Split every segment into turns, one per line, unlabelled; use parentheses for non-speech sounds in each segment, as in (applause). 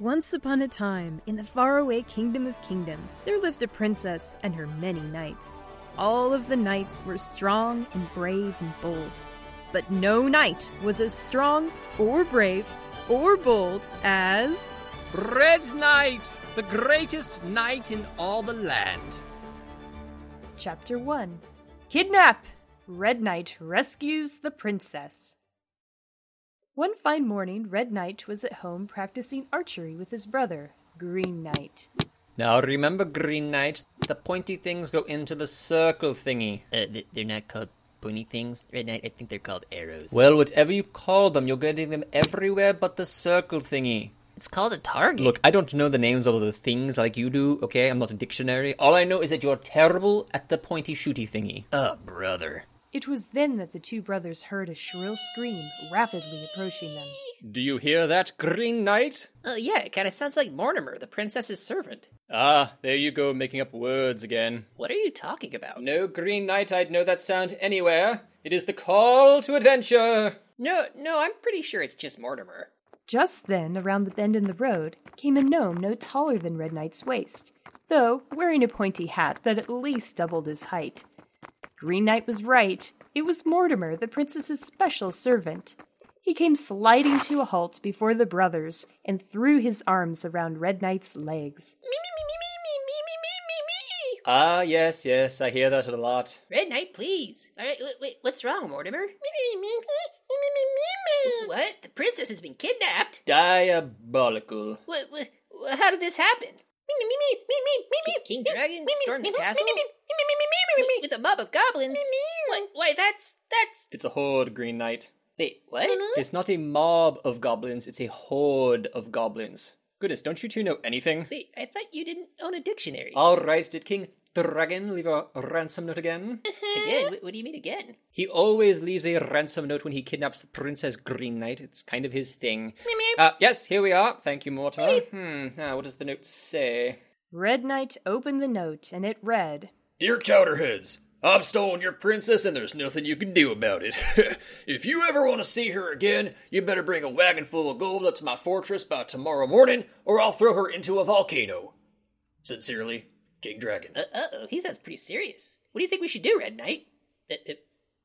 Once upon a time, in the faraway kingdom of kingdom, there lived a princess and her many knights. All of the knights were strong and brave and bold. But no knight was as strong or brave or bold as.
Red Knight, the greatest knight in all the land.
Chapter 1 Kidnap! Red Knight rescues the princess. One fine morning, Red Knight was at home practicing archery with his brother, Green Knight.
Now remember, Green Knight, the pointy things go into the circle thingy.
Uh, th- they're not called pointy things, Red Knight. I think they're called arrows.
Well, whatever you call them, you're getting them everywhere but the circle thingy.
It's called a target.
Look, I don't know the names of the things like you do, okay? I'm not a dictionary. All I know is that you're terrible at the pointy shooty thingy.
Oh, brother.
It was then that the two brothers heard a shrill scream rapidly approaching them.
Do you hear that, Green Knight?
Oh, yeah, it kind of sounds like Mortimer, the princess's servant.
Ah, there you go, making up words again.
What are you talking about?
No, Green Knight, I'd know that sound anywhere. It is the call to adventure.
No, no, I'm pretty sure it's just Mortimer.
Just then, around the bend in the road, came a gnome no taller than Red Knight's waist, though wearing a pointy hat that at least doubled his height. Green Knight was right. It was Mortimer, the princess's special servant. He came sliding to a halt before the brothers and threw his arms around Red Knight's legs.
Me, me, me, me, me, me, me, me, me, me, me.
Ah, yes, yes, I hear that a lot.
Red Knight, please. All right, wait, wait what's wrong, Mortimer? Me, me, me, me, me, me, me, me, me. What? The princess has been kidnapped?
Diabolical.
What, what, what- how did this happen? Me, me, me, me, me, me, me, me. King Dragon stormed the castle? Me, me, me, me, me, me, me. With a mob of goblins? Why, why, that's, that's...
It's a horde, Green Knight.
Wait, what?
It's not a mob of goblins, it's a horde of goblins. Goodness, don't you two know anything?
Wait, I thought you didn't own a dictionary.
All right, did King Dragon leave a ransom note again?
Again? What, what do you mean again?
he always leaves a ransom note when he kidnaps the Princess Green Knight. It's kind of his thing. Uh, yes, here we are. Thank you, Mortimer. Hmm, now what does the note say?
Red Knight opened the note and it read,
Dear Chowderheads, I've stolen your princess and there's nothing you can do about it. (laughs) if you ever want to see her again, you better bring a wagon full of gold up to my fortress by tomorrow morning, or I'll throw her into a volcano. Sincerely, King Dragon.
Uh oh, he sounds pretty serious. What do you think we should do, Red Knight? Uh, uh,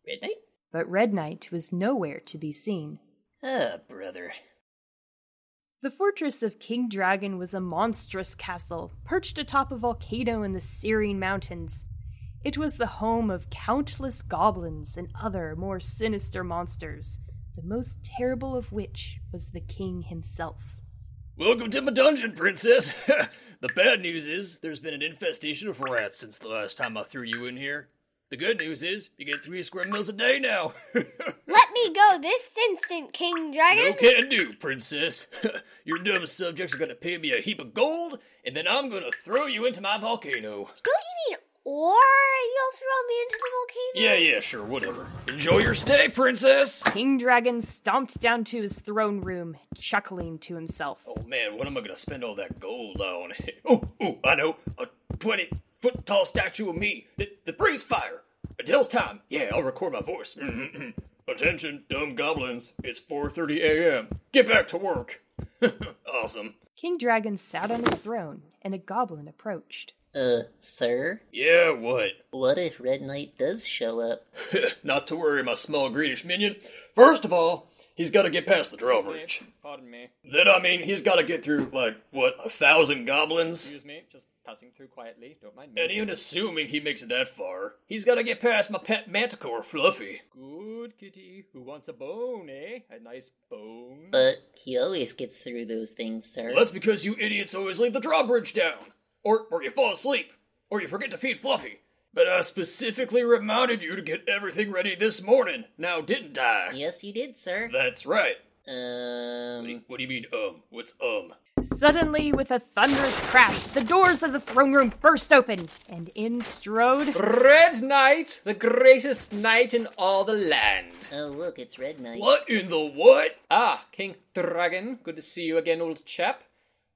Red Knight?
but Red Knight was nowhere to be seen.
Ah, brother.
The fortress of King Dragon was a monstrous castle, perched atop a volcano in the Syrian mountains. It was the home of countless goblins and other more sinister monsters, the most terrible of which was the king himself.
Welcome to my dungeon, princess. (laughs) the bad news is there's been an infestation of rats since the last time I threw you in here. The good news is you get three square meals a day now. (laughs)
Let me go this instant, King Dragon.
No can do, princess. (laughs) Your dumb subjects are gonna pay me a heap of gold, and then I'm gonna throw you into my volcano.
Don't you mean or you'll throw me into the volcano?
Yeah, yeah, sure, whatever. Enjoy your stay, princess!
King Dragon stomped down to his throne room, chuckling to himself.
Oh man, what am I gonna spend all that gold on? (laughs) oh, oh, I know. A 20 foot tall statue of me that, that breathes fire. Until it's time. Yeah, I'll record my voice. Mm-hmm. (clears throat) Attention, dumb goblins. It's 4.30 a.m. Get back to work. (laughs) awesome.
King Dragon sat on his throne, and a goblin approached.
Uh, sir,
Yeah, what?
what if Red Knight does show up?
Not to worry, my small greedish minion. First of all, he's got to get past the drawbridge.
Pardon me.
Then, I mean, he's got to get through, like, what, a thousand goblins?
Excuse me. Just passing through quietly. Don't mind
And even assuming he makes it that far, he's got to get past my pet manticore, Fluffy.
Good kitty. Who wants a bone, eh? A nice bone.
But he always gets through those things, sir.
Well, that's because you idiots always leave the drawbridge down. Or, or you fall asleep. Or you forget to feed Fluffy. But I specifically reminded you to get everything ready this morning. Now, didn't I?
Yes, you did, sir.
That's right. What do, you,
Um,
what do you mean, um? What's um?
Suddenly, with a thunderous crash, the doors of the throne room burst open, and in strode.
Red Knight, the greatest knight in all the land.
oh look, it's Red Knight.
What in the what?
Ah, King Dragon. Good to see you again, old chap.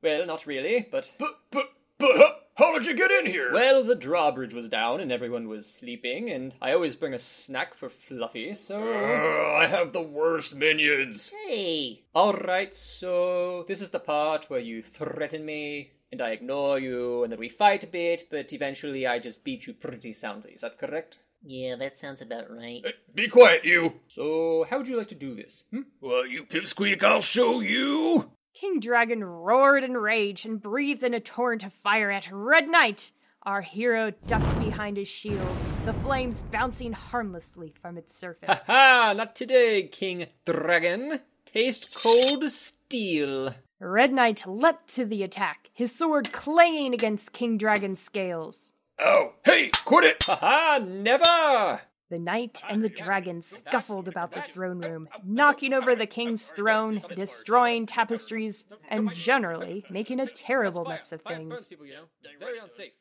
Well, not really, but
But, but, but, How did you get in here?
Well, the drawbridge was down and everyone was sleeping, and I always bring a snack for Fluffy, so.
Ugh, Uh, I have the worst minions.
Hey,
Alright, so this is the part where you threaten me, and I ignore you, and then we fight a bit, but eventually I just beat you pretty soundly. Is that correct?
yeah, that sounds about right.
Hey, Be quiet, you.
So, how would you like to do this? Hmm?
Well, you pipsqueak, I'll show you.
King Dragon roared in rage and breathed in a torrent of fire at Red Knight. Our hero ducked behind his shield, the flames bouncing harmlessly from its
(laughs)
surface.
Ha! Not today, King Dragon. Taste cold steel.
Red Knight leapt to the attack, his sword clanging against King Dragon's scales.
Ow. Oh, Hey, quit it.
Ha ha! Never!
The knight and the dragon scuffled about the throne room, knocking over the king's throne, destroying tapestries, and generally making a terrible mess of things.
people, you know. Very unsafe.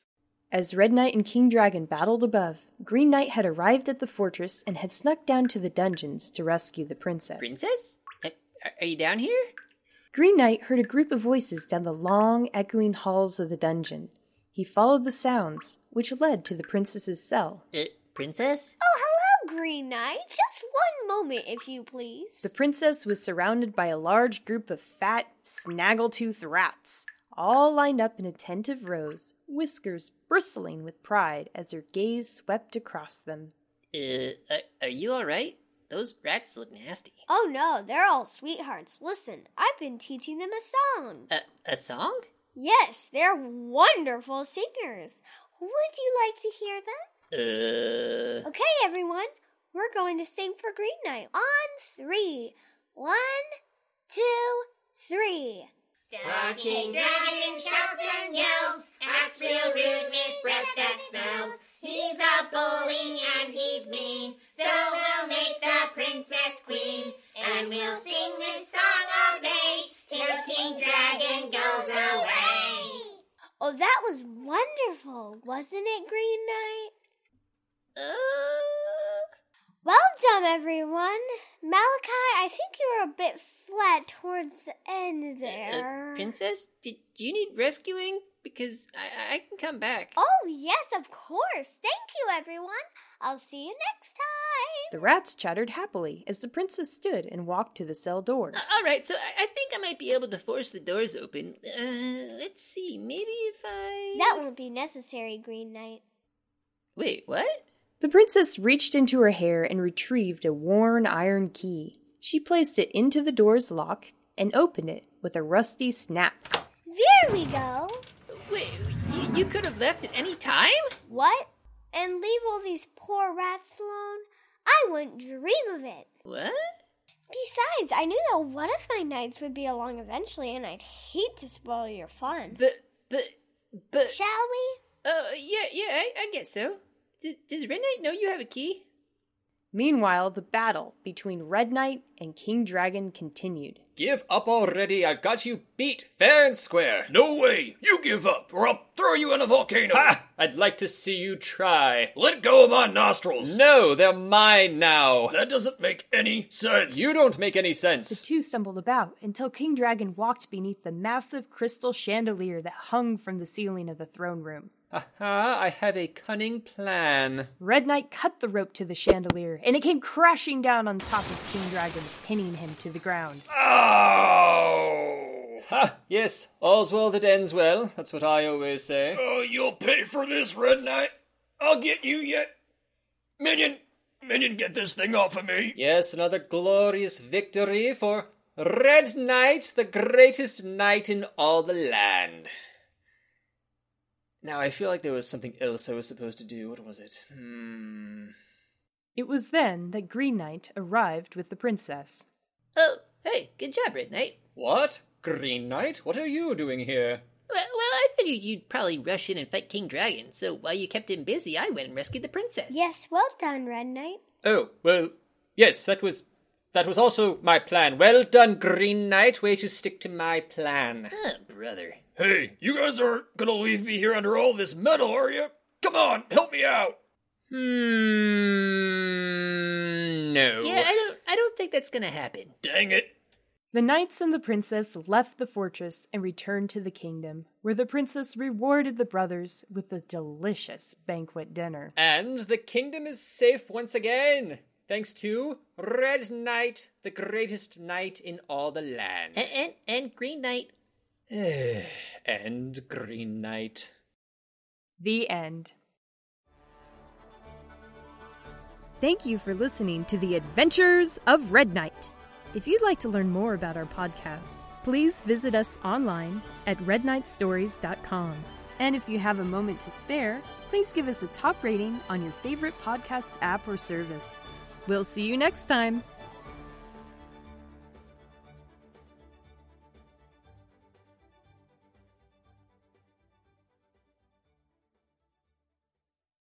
As Red Knight and King Dragon battled above, Green Knight had arrived at the fortress and had snuck down to the dungeons to rescue the princess.
Princess? Uh, Are you down here?
Green Knight heard a group of voices down the long, echoing halls of the dungeon. He followed the sounds, which led to the princess's cell.
Uh, princess?
Oh, hello, Green Knight. Just one moment, if you please.
The princess was surrounded by a large group of fat, snaggletooth rats, all lined up in attentive rows, whiskers bristling with pride as her gaze swept across them.
Uh, are, are you alright? Those rats look nasty.
oh no, they're all sweethearts. Listen, I've been teaching them a song.
Uh, a song?
Yes, they're wonderful singers. Would you like to hear them?
Uh,
Okay, everyone, we're going to sing for Green Knight on three. One, two, three.
King Dragon shouts and yells, acts real rude with breath that smells. He's a bully and he's mean, so we'll make the princess queen. And we'll sing this song all day till King Dragon goes away.
Oh, that was wonderful, wasn't it, Green Knight?
uh,
Well done, everyone. Malachi, I think you were a bit flat towards the end there.
uh, princess, did you need rescuing? Because I, I can come back. Uh,
oh, yes, of course. Thank you, everyone. I'll see you next time.
The rats chattered happily as the princess stood and walked to the cell doors.
Uh, all right, so I, I think I might be able to force the doors open. Uh, let's see, maybe if I
That won't be necessary, Green Knight.
wait. What?
The princess reached into her hair and retrieved a worn iron key. She placed it into the door's lock and opened it with a rusty snap.
There we go.
Wait, you, you could have left at any time.
What? And leave all these poor rats alone? I wouldn't dream of it.
What?
Besides, I knew that one of my nights would be along eventually, and I'd hate to spoil your fun.
But but but.
Shall we?
Oh yeah yeah, I, I guess so. D- does Red Knight know you have a key?
Meanwhile, the battle between Red Knight and King Dragon continued.
Give up already. I've got you beat fair and square.
No way. You give up, or I'll throw you in a volcano.
Ha! I'd like to see you try.
Let go of my nostrils.
No, they're mine now.
That doesn't make any sense.
You don't make any
The
sense.
two stumbled about until King Dragon walked beneath the massive crystal chandelier that hung from the ceiling of the throne room.
Aha, I have a cunning plan.
Red Knight cut the rope to the chandelier, and it came crashing down on top of King Dragon, pinning him to the ground.
Ow.
Ha! Yes, all's well that ends well. That's what I always say.
Oh, you'll pay for this, Red Knight. I'll get you yet. Minion, Minion, get this thing off of me.
Yes, another glorious victory for Red Knight, the greatest knight in all the land. Now, I feel like there was something else I was supposed to do. What was it? Hmm.
It was then that Green Knight arrived with the princess.
Oh hey, good job, Red Knight.
What? Green Knight? What are you doing here?
Well, well, I figured you'd probably rush in and fight King Dragon, so while you kept him busy, I went and rescued the princess.
Yes, well done, Red Knight.
Oh, well, yes, that was. That was also my plan. Well done, Green Knight. Way to stick to my plan.
Oh, brother.
Hey, you guys aren't gonna leave me here under all this metal, are you? Come on, help me out.
Hmm. No.
Oh,
Yeah, I don't I don't think that's gonna happen.
Dang it.
The knights and the princess left the fortress and returned to the kingdom, where the princess rewarded the brothers with a delicious banquet dinner.
And the kingdom is safe once again, thanks to Red Knight, the greatest knight in all the land.
And, and, and Green Knight.
And Green Knight.
The end. Thank you for listening to The Adventures of Red Knight. If you'd like to learn more about our podcast, please visit us online at redknightstories.com. And if you have a moment to spare, please give us a top rating on your favorite podcast app or service. We'll see you next time.